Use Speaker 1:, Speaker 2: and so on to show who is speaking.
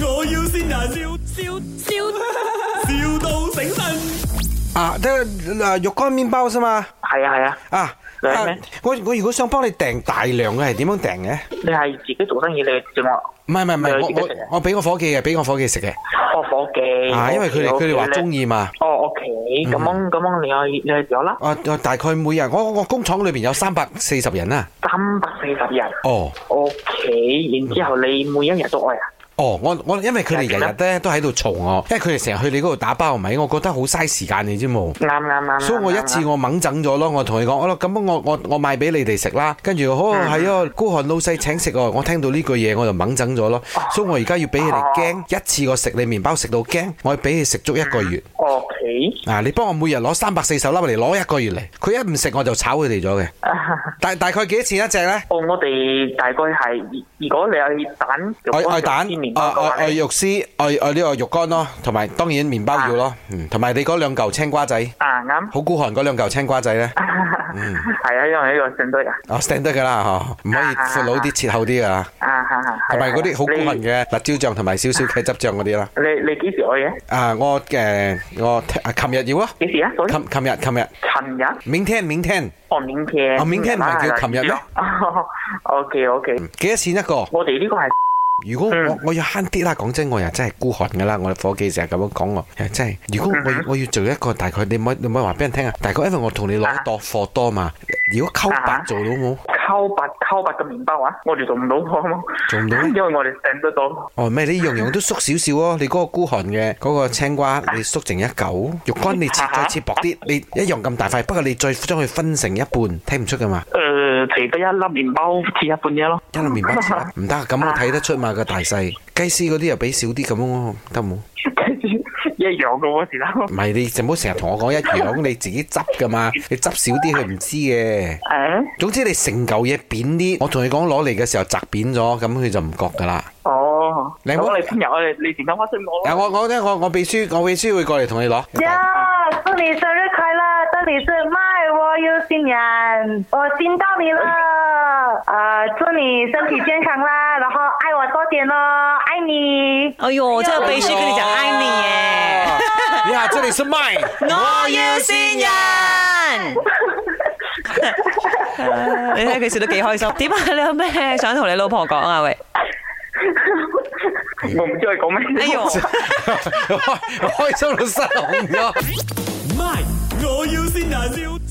Speaker 1: 要先人，笑笑笑，,笑到醒神。
Speaker 2: 啊，得啊肉乾麵包啫嘛。
Speaker 3: 係啊係啊，
Speaker 2: 啊，
Speaker 3: 嚟
Speaker 2: 啊
Speaker 3: 咩
Speaker 2: 我我如果想幫你訂大量嘅係點樣訂嘅？
Speaker 3: 你係自己做生意，你正我
Speaker 2: 唔係唔係唔
Speaker 3: 你有
Speaker 2: 係，
Speaker 3: 自
Speaker 2: 我
Speaker 3: 己食嘅
Speaker 2: 我我俾我伙計嘅，俾我伙計食嘅。
Speaker 3: 我伙計。
Speaker 2: 啊，因為佢哋佢哋話中
Speaker 3: 意。
Speaker 2: 意嘛。
Speaker 3: 哦，OK，咁樣咁樣，你可以你去咗啦，
Speaker 2: 我我大概每日我我工廠裏邊有三百四十人啊啦。
Speaker 3: 三百四十人。
Speaker 2: 哦
Speaker 3: OK，然之後你每一日都愛啊？
Speaker 2: 哦，我我因為佢哋日
Speaker 3: 啊
Speaker 2: 日咧都喺度嘈我，因為佢哋成日去你嗰度打包咪，我覺得好嘥時間你知冇。
Speaker 3: 啱啱啱。
Speaker 2: 所以我一次我掹整咗咯，我同佢講，我話咁我我我賣俾你哋食啦，跟住好
Speaker 3: 嗯
Speaker 2: 係啊，孤寒老細請食喎，我聽到呢句嘢我就掹整咗咯，
Speaker 3: 哦
Speaker 2: 所以我而家要俾你哋驚，一次我食你麵包食到驚，我要俾你食足一個月。
Speaker 3: OK。
Speaker 2: 啊！你幫我每日攞三百四十粒嚟攞一個月嚟，佢一唔食我就炒佢哋咗 嘅。大大概幾多錢一隻呢？
Speaker 3: 哦，我哋大概係，如果你係蛋肉
Speaker 2: 愛愛蛋
Speaker 3: 乾煎麵，
Speaker 2: 愛
Speaker 3: 包嘅
Speaker 2: 愛
Speaker 3: 話
Speaker 2: 愛
Speaker 3: 咧，
Speaker 2: 肉絲，愛愛呢個肉乾咯，同埋當然麵包要咯，嗯同埋你嗰兩嚿青瓜仔，
Speaker 3: 啊啱，
Speaker 2: 好孤寒嗰兩嚿青瓜仔呢。
Speaker 3: 係啊，因為呢個正對啊，
Speaker 2: 哦 stand 得噶啦，嗬，唔可以闊佬啲切厚啲噶啦，
Speaker 3: 啊嚇嚇，
Speaker 2: 同埋嗰啲好孤
Speaker 3: 高
Speaker 2: 寒嘅辣椒醬同埋少少茄汁醬嗰啲啦。
Speaker 3: 你你幾時去嘅？
Speaker 2: 啊，我誒我啊琴日要啊，
Speaker 3: 幾時啊？sorry，
Speaker 2: 琴琴日琴日，
Speaker 3: 琴日，
Speaker 2: 明天明天，
Speaker 3: 哦，明天，
Speaker 2: 哦明天唔係叫琴日咩
Speaker 3: Dạ, ？OK OK，
Speaker 2: 幾多錢一個？
Speaker 3: 我哋呢個係
Speaker 2: 如果我
Speaker 3: 嗯
Speaker 2: 我要慳啲啦，講真，我又真係孤寒噶啦，我哋伙計成日咁樣講我，又真係。如果
Speaker 3: 嗯
Speaker 2: 我要我要做一個大概，你唔可以你唔可以話俾人聽啊，大概因為我同你攞多貨多嘛，如果溝白
Speaker 3: 啊
Speaker 2: 做到冇，
Speaker 3: 溝白溝白嘅麵包啊，我哋做唔到好冇，
Speaker 2: 做唔到咩
Speaker 3: 因為我哋訂得到，
Speaker 2: 哦咩？你樣樣都縮少少哦，你嗰個孤寒嘅嗰個青瓜，你縮成一嚿，肉乾你切再切薄啲，你一樣咁大塊，不過你再將佢分成一半，睇唔出噶嘛？
Speaker 3: Ờ, 誒，除得一粒麵包切一半嘢 咯，
Speaker 2: 一粒麵包切啦唔得，咁我睇得出嘛個大細。雞絲嗰啲又俾少啲咁咯，得冇？
Speaker 3: 跟住一樣嘅喎，時啦。
Speaker 2: 唔係你就唔好成日同我講一樣，你自己執噶嘛，你執少啲佢唔知嘅。
Speaker 3: 誒，
Speaker 2: 總之你成嚿嘢扁啲，我同你講攞嚟嘅時候摘扁咗，咁佢就唔覺噶啦。
Speaker 3: 哦，
Speaker 2: 你
Speaker 3: 咁
Speaker 2: 冇
Speaker 3: 我哋聽日我哋你電話發信我咯
Speaker 2: 嗱，。我我咧，我我秘書，我秘書會過嚟同你攞。
Speaker 4: 呀，祝你生日快乐！这里是麦我有新人，我听到你了。呃，祝你身体健康啦，然后爱我多点咯，爱你。
Speaker 5: 哎呦，真係秘書佢哋就嗌你耶！哦
Speaker 2: 你好，這裡是麥，
Speaker 5: 我要先人。 你睇佢笑得幾開心，點啊？你有咩想同你老婆講啊？喂，
Speaker 3: 我唔知佢講咩。
Speaker 5: 哎呦！
Speaker 2: 我開心到失控咗。
Speaker 1: 唔係，我要先人，笑